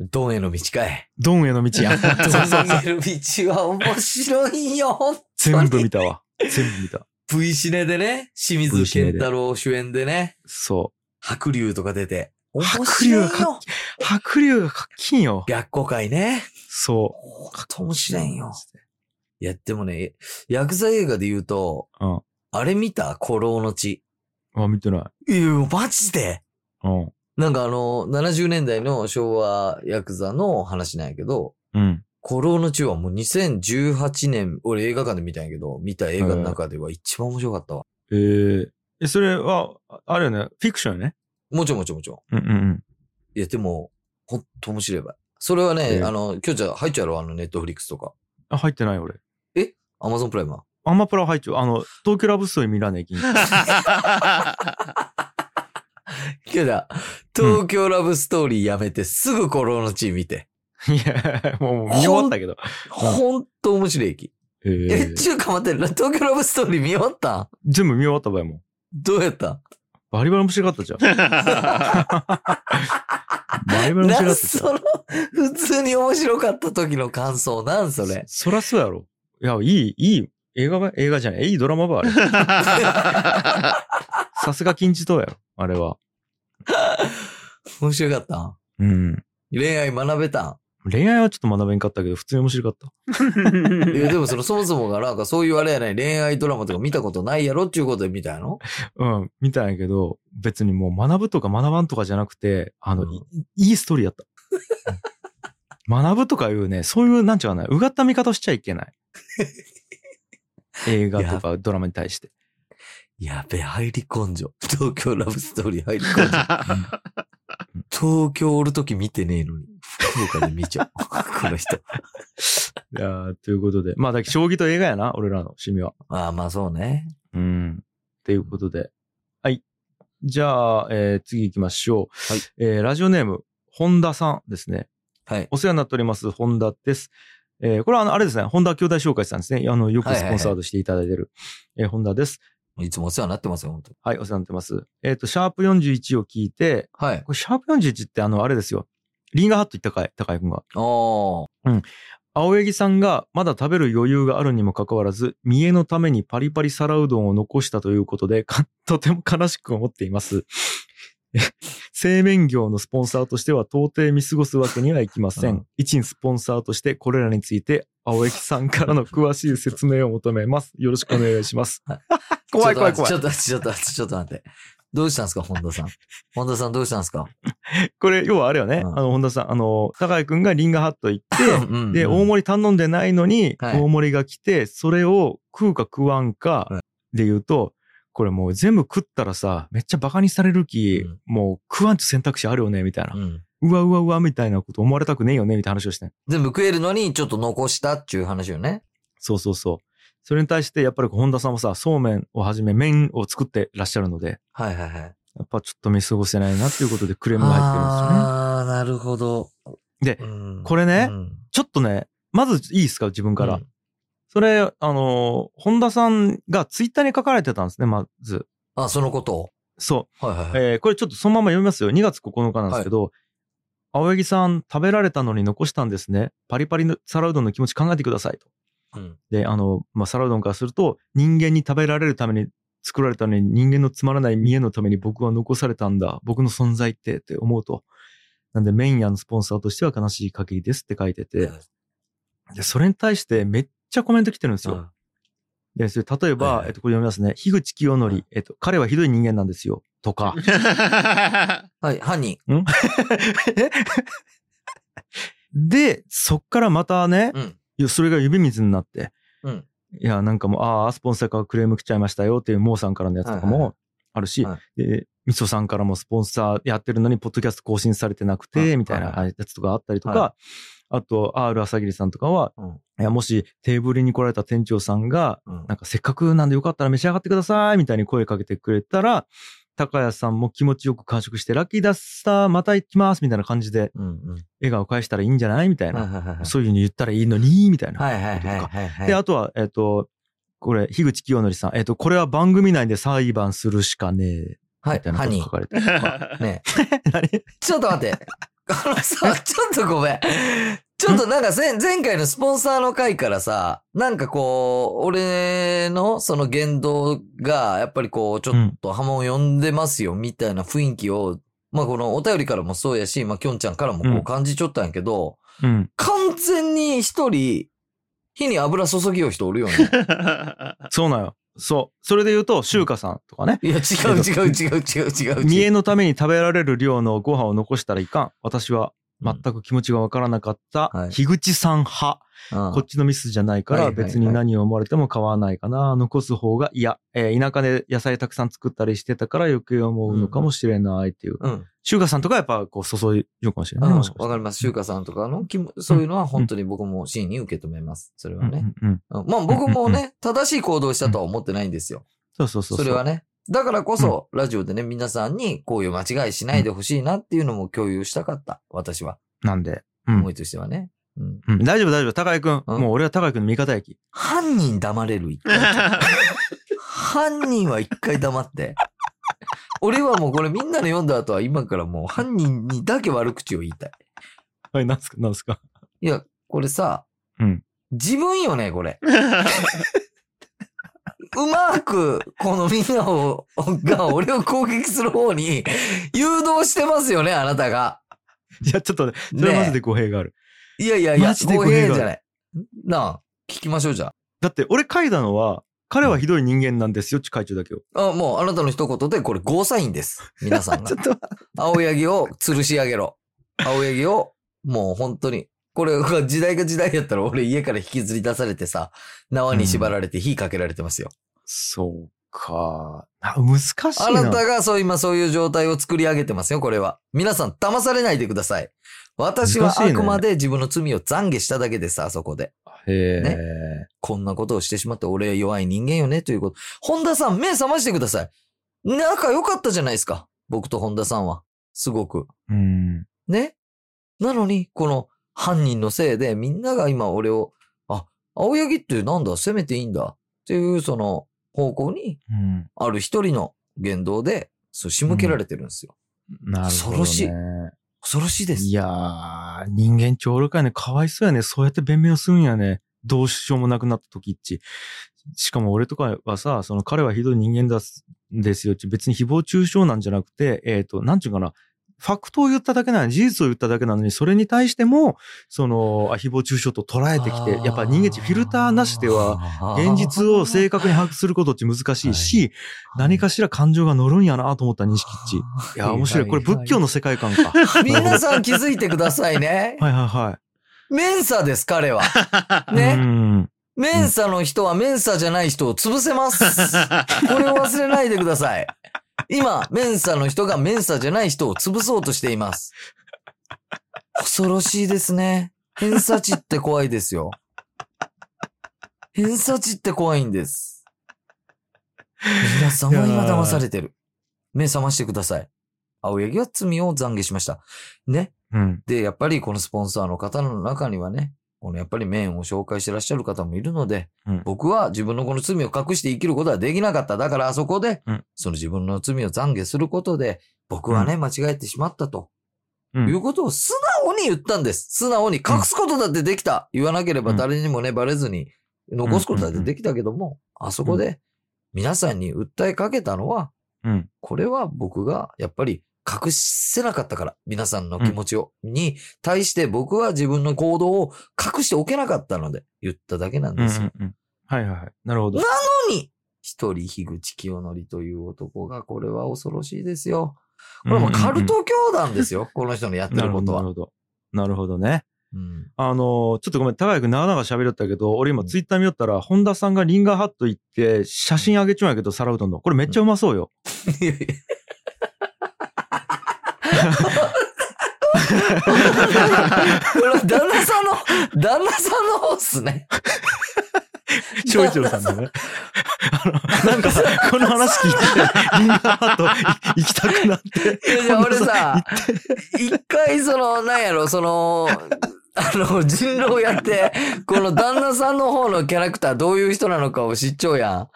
B: ドンへの道かい。
A: ドンへの道や。
B: ド
A: そうそうそう
B: ンへの道は面白いよ。
A: 全部見たわ。全部見た。
B: V シネでね、清
A: V
B: 水
A: シネで
B: 健太郎主演でね、
A: そ
B: 白龍とか出て。
A: 白
B: 面
A: 龍は
B: 白
A: いか
B: よ。
A: う。白龍がかっきんよ。
B: 白虎会ね。
A: そ
B: ほん
A: う。
B: と面白いんよ。。いや、でもね、ヤクザ映画で言うと、
A: うん。
B: あれ見た古老の地。
A: あ、見てない。
B: いや、マジで
A: うん。
B: なんかあの、70年代の昭和ヤクザの話なんやけど、
A: うん。
B: 古老の地はもう2018年、俺映画館で見たんやけど、見た映画の中では一番面白かったわ。
A: えー、え、それは、ああれよね。フィクションよね。
B: もちろんもちろんもちろ
A: うんうんうん。
B: ん。いや、でも、ほんと面白いわ。それはね、
A: えー
B: あの、今日じゃ入っちゃうやろあの、ネットフリックスとか。
A: あ、入ってない俺。
B: アマゾンプライムは。
A: アマプラ入っちゃう。あの、東京ラブストーリー見らねえきん。
B: けど、東京ラブストーリーやめて、すぐ古老の地見て。
A: いや、もう見終わったけど。
B: ほんと面白い駅。
A: え
B: え、
A: ー、
B: ちゅうか待って、東京ラブストーリー見終わったん
A: 全部見終わった場合も。
B: どうやったん
A: バリバリ面白かった じゃん。バリバリ面白か
B: な
A: ったじゃん
B: その、普通に面白かった時の感想、なんそれ。
A: そらそうやろ。いや、いい、いい、映画ば、映画じゃない、いいドラマば、あれ。さすが金字塔やろ、あれは。
B: 面白かったん
A: うん。
B: 恋愛学べた
A: 恋愛はちょっと学べんかったけど、普通に面白かった。
B: んいや、でもその、そもそもがなんかそういうあれやない、恋愛ドラマとか見たことないやろっていうことで見たやろ
A: うん、見たんやけど、別にもう学ぶとか学ばんとかじゃなくて、あの、
B: うん
A: いいいストーリーやった。うん学ぶとかいうね、そういう、なんちゅうかな、うがった見方しちゃいけ ない。映画とかドラマに対して。
B: やべ、入り根性。東京ラブストーリー入り根性。東京おる時見てねえのに、福岡で見ちゃう。 この人。
A: いやーということで。まあ、だから将棋と映画やな、俺らの趣味は。
B: ああ、まあそうね。
A: うん。ということで。はい。じゃあ、えー次行きましょう。
B: はい
A: えーラジオネーム、本田さんですね。
B: はい。
A: お世話になっております、本田です。えーこれはあの、あれですね、本田兄弟紹介さんですね。あの、よくスポンサードしていただいてる、えー本田です。
B: いつもお世話になってますよ、本当に。
A: はい、お世話になってます。えっ、と、シャープ41を聞いて、
B: はい。
A: これシャープ41ってあの、あれですよ。リンガーハット行ったかい、高井くんが。
B: あ
A: 青柳さんがまだ食べる余裕があるにもかかわらず、見栄のためにパリパリ皿うどんを残したということで、か とても悲しく思っています。 製麺業のスポンサーとしては到底見過ごすわけにはいきません。
B: うん
A: 一員スポンサーとしてこれらについて、青柳さんからの詳しい説明を求めます。よろしくお願いします
B: はい。
A: 怖
B: あ。
A: い 怖い怖い
B: ちょ。っと待って、ちょっと待って、ちょっと待って。どうしたんですか、本田さん。本田さんどうしたんですか
A: これ、要はあれよね。
B: うん
A: あの、本田さん、あの、高井くんがリンガーハット行って、
B: うん
A: で、大盛り頼んでないのに、
B: はい
A: 大盛りが来て、それを食うか食わんか
B: は
A: で言うと、これもう全部食ったらさ、めっちゃバカにされるき、
B: うん
A: もう食わんって選択肢あるよね、みたいな。
B: うん。
A: うわうわうわみたいなこと思われたくねえよね、みたいな話をしてん
B: 全部食えるのに、ちょっと残したっていう話よね。
A: そうそうそう。それに対して、やっぱり本田さんもさ、そうめんをはじめ麺を作ってらっしゃるので、
B: はいはいはい。
A: やっぱちょっと見過ごせないなっていうことでクレームが入ってるんですよね。
B: ああ、なるほど。
A: で
B: うん
A: これね
B: うん
A: ちょっとね、まずいいですか、自分から。
B: うん
A: それ、あのー、本田さんがツイッターに書かれてたんですね、まず。
B: あ、そのことを。
A: そう。
B: はいはいはい。
A: えーこれちょっとそのまま読みますよ。2月9日なんですけど、青柳さん食べられたのに残したんですね。パリパリの皿うどんの気持ち考えてくださいと。
B: うん
A: で、あの、まあ、皿うどんからすると、人間に食べられるために作られたのに人間のつまらない見栄のために僕は残されたんだ。僕の存在ってって思うと。なんでメインやのスポンサーとしては悲しい限りですって書いてて、で、それに対してめっちゃコメント来てるんですよ。
B: うん
A: で、それ例えば、
B: はいはい
A: えっと、これ読みますね。樋口清則、
B: はい
A: えっと、彼はひどい人間なんですよ。とか。
B: はい、犯人。
A: で、そっからまたね、
B: うん。
A: いやそれが指水になって、
B: うん
A: いや、なんかもう、ああ、スポンサーからクレーム来ちゃいましたよっていう、モーさんからのやつとか
B: はいはいは
A: もあるし、
B: は
A: でみそさんからもスポンサーやってるのに、ポッドキャスト更新されてなく
B: はい
A: て、みたいな
B: は
A: やつとかあったりとか、
B: は
A: あと、R 朝霧さんとかは、
B: うん
A: いやもしテーブルに来られた店長さんが、
B: うん
A: なんかせっかくなんでよかったら召し上がってくださいみたいに声かけてくれたら、高谷さんも気持ちよく完食して、ラッキーだっさー、また行きますみたいな感じで、
B: うんうん。
A: 笑顔返したらいいんじゃないみたい
B: はい
A: な。
B: はいはいはい
A: そういうふうに言ったらいいのに、みたいな。
B: はいはいはいはいはい。
A: で、あとは、えっ、と、これ、樋口清則さん。えっ、と、これは番組内で裁判するしかねえ。
B: は
A: み
B: い、
A: たいなこ
B: 犯
A: と
B: 人
A: 書。かれて。
B: ね
A: 何
B: ちょっと待って。あのさ、ちょっとごめん。ちょっとなんか前前回のスポンサーの回からさ、なんかこう、俺のその言動が、やっぱりこう、ちょっと波紋を呼んでますよ、みたいな雰囲気を、まあこのお便りからもそうやし、まあきょんちゃんからもこ
A: う
B: うん感じちょったんやけど、
A: うん。
B: 完全に一人、火に油注ぎよう人おるよ ね。
A: そうなの。そう。それで言うと、周華さんとかね。
B: いや、違う違う違う違う違う違う。
A: 見栄のために食べられる量のご飯を残したらいかん。私は全く気持ちがわからなかった
B: はい。
A: 樋口さん派。
B: うん
A: こっちのミスじゃないか
B: は
A: ら
B: いはいはい
A: 別に何を思われても買わないかな。残す方が、いや、えー田舎で野菜たくさん作ったりしてたから余計思うのかもしれないっていう。
B: うん。
A: 中華さんとかやっぱこう注いようかもしれないね。もし
B: わかります。
A: し
B: 修華さんとかの気も、そういうのは本当に僕も真に受け止めます。それ
A: た
B: は
A: ら
B: ね。
A: うんうんうん
B: うんまあ僕もね、正しい行動をしたとは思ってないんですよ。
A: そうそうそう。
B: それは。ね。だからこそ、ラジオでね、皆さんにこういう間違いしないでほしいなっていうのも共有したかった。私は。
A: なんで。うん
B: 思いとしてはね。 うん
A: うん大丈夫大丈夫。高井くん。
B: うん
A: もう俺は高井くんの味方や き。
B: 犯人黙れる一回。犯人は一回 黙って。俺はもうこれみんなの読んだ後は今からもう犯人にだけ悪口を言いたい。
A: はい、なんすか、なんす か。
B: いや、これさ、
A: うん
B: 自分よね、これ。うまく、このみんなを、が、俺を攻撃する方に誘導してますよね、あなたが。
A: いや、ちょっとね、それはマジで語弊がある。
B: いやいやいや、
A: マジで語弊がある
B: じゃない。なあ、聞きましょう、じゃ
A: だって俺書いたのは、彼はひどい人間なんですよ、ち書いてるだけよ。
B: あ。あ、もう、あなたの一言で、これ、ゴーサインです。皆さん
A: ち
B: が
A: ょ。っと、
B: 青柳を吊るし上げろ。青柳を、もう本当に。これ、時代が時代やったら、俺家から引きずり出されてさ、縄に縛られて火かけられてますよ。
A: そうか。あ難しいな。
B: あなたがそう今そういう状態を作り上げてますよ、これは。皆さん騙されないでください。私は
A: 難しいね
B: あくまで自分の罪を懺悔しただけです、あそこで。
A: へ
B: ね
A: え。
B: こんなことをしてしまって俺は弱い人間よね、ということ。本田さん、目覚ましてください。仲良かったじゃないですか。僕と本田さんは。すごく。
A: うん。
B: ね。なのに、この犯人のせいでみんなが今俺を、あ、青柳ってなんだ、攻めていいんだ。っていう、その、方向に、
A: うん。
B: ある一人の言動で、そう、仕向けられてるんですよ。
A: なるほど、ね。
B: 恐ろしい恐ろしいです。
A: いやー、人間超愚かやね。かわいそうやね。そうやって弁明をするんやね。どうしようもなくなった時っち。しかも俺とかはさ、その彼はひどい人間だすですよっち。別に誹謗中傷なんじゃなくて、えっ、と、なんちゅうかな。ファクトを言っただけなのに、事実を言っただけなのに、それに対しても、その、あ誹謗中傷と捉えてきて、やっぱ人間ってフィルターなしでは、
B: は
A: 現実を正確に把握することって難しいし、何かしら感情が乗るんやなと思った認識っち。いや、面白い。これ仏教の世界観 か。は
B: 皆さん気づいてくださいね。
A: いはいはい。
B: メンサです、彼は。
A: う
B: ね。
A: ん。
B: メンサの人はメンサじゃない人を潰せます。これを忘れないでください。今、メンサの人がメンサじゃない人を潰そうとしています。恐ろしいですね。偏差値って怖いですよ。偏差値って怖いんです。皆さんは今騙されてる。目覚ましてください。青柳は罪を懺悔しました。ね。
A: うん。
B: で、やっぱりこのスポンサーの方の中にはね、このやっぱり麺を紹介してらっしゃる方もいるので、
A: うん
B: 僕は自分のこの罪を隠して生きることはできなかった。だからあそこで、
A: うん
B: その自分の罪を懺悔することで、僕はね、間違えてしまったと、
A: うん
B: いうことを素直に言ったんです。素直に隠すことだってできた。言わなければ誰にもね、バレずに残すことだってできたけども、あそこで皆さんに訴えかけたのは、
A: うん。
B: これは僕がやっぱり隠せなかったから、皆さんの気持ちを、に対して僕は自分の行動を隠しておけなかったので言っただけなん
A: うん。う
B: ですよ。
A: んうん。はいはいはい。なるほど。
B: なのに、一人樋口清則という男が、これは恐ろしいですよ。これはもうカルト教団ですよ、この人のやって
A: な
B: る
A: るほ
B: こ
A: ど。な
B: と
A: る
B: は。
A: ほど。なるほどね。
B: うん
A: あのー、ちょっとごめん、高谷君長々喋りよったけど、俺今ツイッター見よったら、本田さんがリンガーハット行って、写真あげちまうやけど、皿うどんの。これめっちゃうまそう よ。
B: いやいやこれは旦那さんの、旦那さんの方っすね。
A: 翔一郎さん のね。あの、なんかさ、この話聞いて、リンガーハット行きたくなって。
B: いやいや、俺さ、一回その、なんやろ、その、あの、人狼やって、この旦那さんの方のキャラクターどういう人なのかを知っちゃうや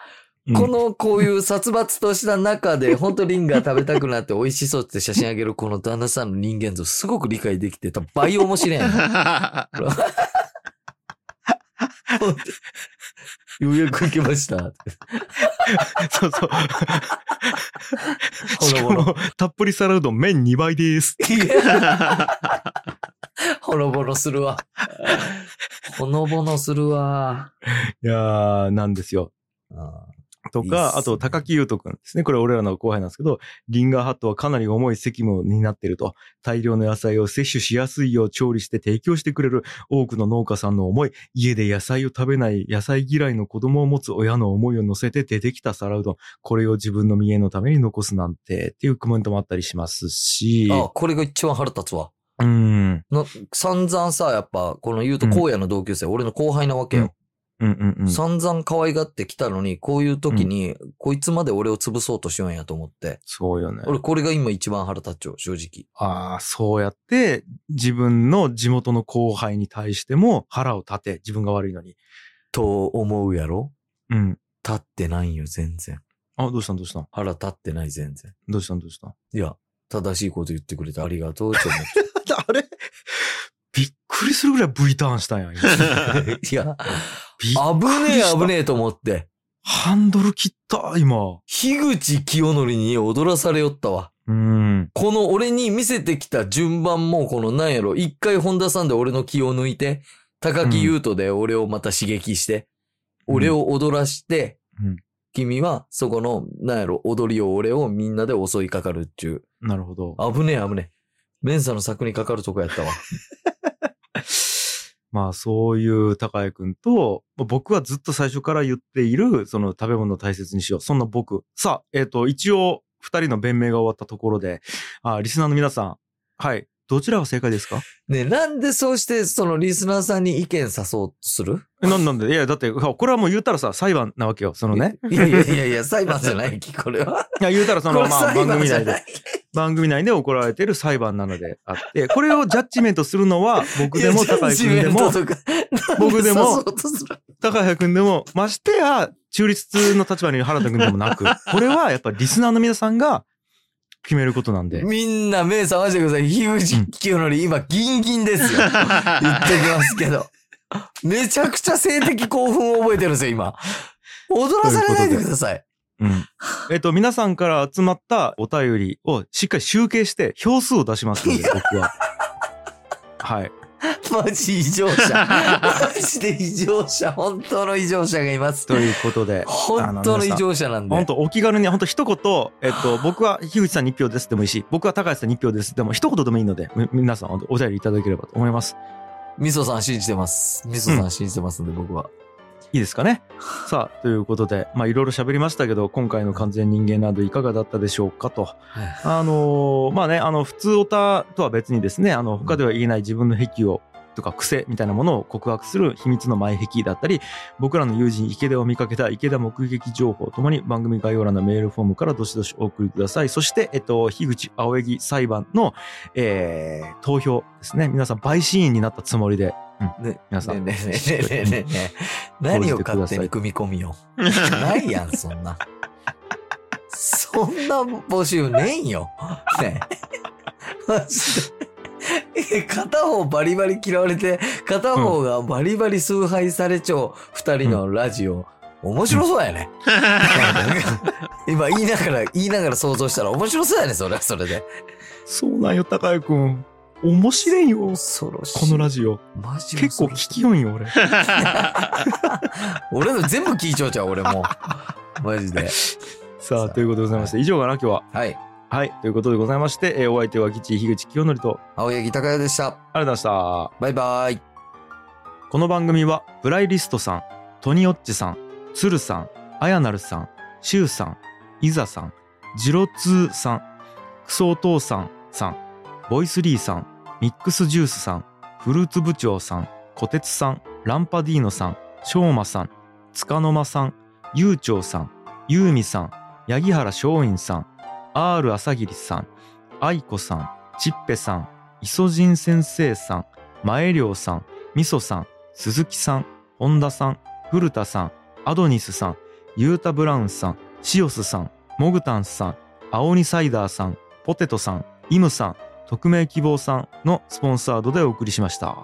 B: ん。この、こういう殺伐とした中で、本当リンガー食べたくなって美味しそうって写真あげる、この旦那さんの人間像、すごく理解できてた。倍面白いやん。ようやく行けました。
A: そうそう。
B: ほ
A: し
B: ろ
A: か
B: ほろ。
A: も、たっぷり皿うどん麺2倍です。
B: いや ほのぼのする わ。ほのぼのするわ。
A: いやー、なんですよ。
B: あ
A: と
B: いいっ
A: か、
B: すね
A: あと、高木優斗くんですね。これ俺らの後輩なんですけど、リンガーハットはかなり重い責務になっていると。大量の野菜を摂取しやすいよう調理して提供してくれる多くの農家さんの思い、家で野菜を食べない野菜嫌いの子供を持つ親の思いを乗せて出てきた皿うどん。これを自分の見栄のために残すなんて、っていうコメントもあったりしますし。
B: あ、これが一番腹立つわ。
A: うん。
B: の散々さ、やっぱ、この言うと、荒野の同級生、俺の後輩なわけよ。
A: うんうんうん。
B: 散々可愛がってきたのに、こういう時に、こいつまで俺を潰そうとしようんやと思って。
A: そうよね。
B: 俺、これが今一番腹立っちゃう、正直。
A: ああ、そうやって自分の地元の後輩に対しても腹を立て、自分が悪いのに。
B: と思うやろ
A: うん。
B: 立ってないよ、全然。
A: あ、どうしたんどうしたん
B: 腹立ってない、全然。
A: どうしたんどうしたん
B: いや、正しいこと言ってくれてありがとうって思って。
A: あれびっくりするぐらい V ターンしたん や。今
B: いや、
A: びっ
B: 危ねえ
A: した
B: 危ねえと思って。
A: ハンドル切った、今。
B: 樋口清則に踊らされよったわ。
A: うん。
B: この俺に見せてきた順番も、このなんやろ、一回本田さんで俺の気を抜いて、高木優斗で俺をまた刺激して、
A: うん
B: 俺を踊らして、
A: うん
B: 君はそこの、なんやろ、踊りを俺をみんなで襲いかかるっちゅ
A: なるほど。
B: う。危ねえ危ねえ。メンサの策にかかるとこやったわ。
A: まあそういう高谷くんと、まあ僕はずっと最初から言っている、その食べ物を大切にしよう。そんな僕。さあ、えっ、と、一応、二人の弁明が終わったところで、あリスナーの皆さん、はい、どちらが正解ですか
B: ねえなんでそうして、そのリスナーさんに意見さそうとする
A: えなんなんでいや、だって、これはもう言うたらさ、裁判なわけよ。そのね。
B: いやいやいやいや、裁判じゃないき、これは。
A: いや、言うたらそ
B: こ
A: の、
B: れ
A: まあ、番組内で、
B: い。
A: 番組内で怒られてる裁判なのであって、これをジャッジメントするのは、僕でも
B: いや
A: 高井
B: ジ
A: 君
B: メ
A: で
B: ン
A: も
B: ト、とか
A: 僕でも
B: なん刺そうとする
A: 高谷くんでも、ましてや、中立の立場にいる原田くんでもな く、これはやっぱりリスナーの皆さんが決めることなんで。
B: みんな目覚ましてください。樋口清則、今、ギンギン ですよ。言っときますけど。めちゃくちゃ性的興奮を覚えてるんですよ、今。踊らされないでください。
A: うん。えっと、皆さんから集まったお便りをしっかり集計して、票数を出しますので、僕は。はい。
B: マジ異常者。 マジで異常者。本当の異常者がいます。
A: ということで。
B: 本当の異常者なんで。
A: 本当お気軽に本当一言、えっと、僕は樋口さんに1票ですでもいいし、僕は高橋さんに1票ですでも一言でもいいので、み皆さん本当お便りいただければと思います。
B: みそさん信じてます。みそさん信じてますんで、僕は。
A: いいですかね。 さあ、ということで、まあいろいろ喋りましたけど、今回の完全人間などいかがだったでしょうかと。あのーまあね、あの、普通オタとは別にですね、あの、他では言えない自分の癖を、とか癖みたいなものを告白する秘密の前壁だったり、僕らの友人池田を見かけた池田目撃情報ともに番組概要欄のメールフォームからどしどしお送りください。そして、えっと、樋口青柳裁判の、えー投票ですね。皆さん、陪審員になったつもりで。
B: ね、
A: 皆さん
B: ねねねねねねね何を勝手に組み込み よ。ないやん、そんな。そんな募集ねえんよ。ねえマジで。え片方バリバリ嫌われて、片方がバリバリ崇拝されちょう二人のラジオ。面白そうや ね。今言いながら、言いながら想像したら面白そうやね、それはそれで。
A: そうなんよ、高井くん。面白いよ、
B: 恐ろしい。
A: このラジオ。
B: マジ
A: 結構
B: 恐ろしい
A: 聞きよんよ、 俺。
B: 俺の全部聞いちゃうちゃう、俺もう。マジで。
A: さあ、ということでございまして、以上かな、今日は。
B: はい。
A: はい、ということでございまして、えーお相手は吉井樋口清則と、
B: 青柳高也でした。
A: ありがとうございました。
B: バイバイ。
A: この番組はブライリストさんトニオッチさんつるさんあやなるさんしゅうさんいざさんジロツーさんクソお父さんさんボイスリーさんミックスジュースさんフルーツ部長さんこてつさんランパディーノさんしょうまさんつかの間さんゆうちょうさんゆうみさん八木原松陰さん R 朝霧さんあいこさんちっぺさんいそじん先生さん前涼さんみそさん鈴木さん、本田さん、古田さん、アドニスさん、ユータ・ブラウンさん、シオスさん、モグタンスさん、青鬼サイダーさん、ポテトさん、イムさん、匿名希望さんのスポンサードでお送りしました。